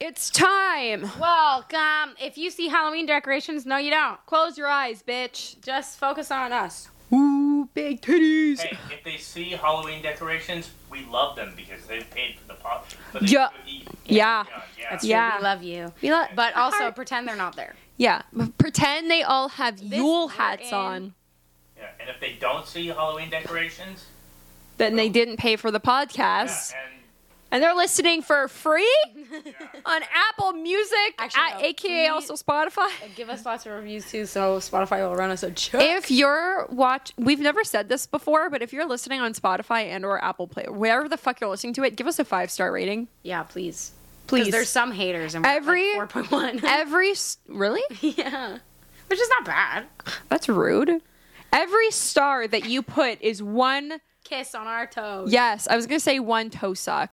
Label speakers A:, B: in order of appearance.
A: It's time.
B: Welcome. If you see Halloween decorations, no, you don't. Close your eyes, bitch. Just focus on us.
A: Ooh, big titties.
C: Hey, if they see Halloween decorations, we love them because they paid for the pot. For the
A: Yeah.
C: cookie.
A: Yeah.
C: yeah.
A: Yeah.
B: We love you.
A: We love-
B: But also
A: Alright.
B: pretend they're not there.
A: Yeah. Pretend they all have
B: This
A: Yule
B: we're
A: hats
B: in-
A: on.
C: Yeah, And if they don't see Halloween decorations,
A: Then they didn't pay for the
C: yeah,
A: podcast.
C: and
A: And they're listening for free
C: yeah,
A: on Apple Music,
B: Actually,
A: at,
B: no,
A: aka
B: we-
A: also Spotify.
B: Give us lots of reviews too, so Spotify will run us a check.
A: If you're watch, we've never said this before, but if you're listening on Spotify and or Apple Play, wherever the fuck you're listening to it, give us a five star rating,
B: yeah, please. 'Cause
A: please.
B: There's some haters and
A: Every-
B: every four point one.
A: every s- really,
B: yeah, which is not bad.
A: that's rude. Every star that you put is one.
B: Kiss on our toes.
A: Yes, I was gonna say one toe suck.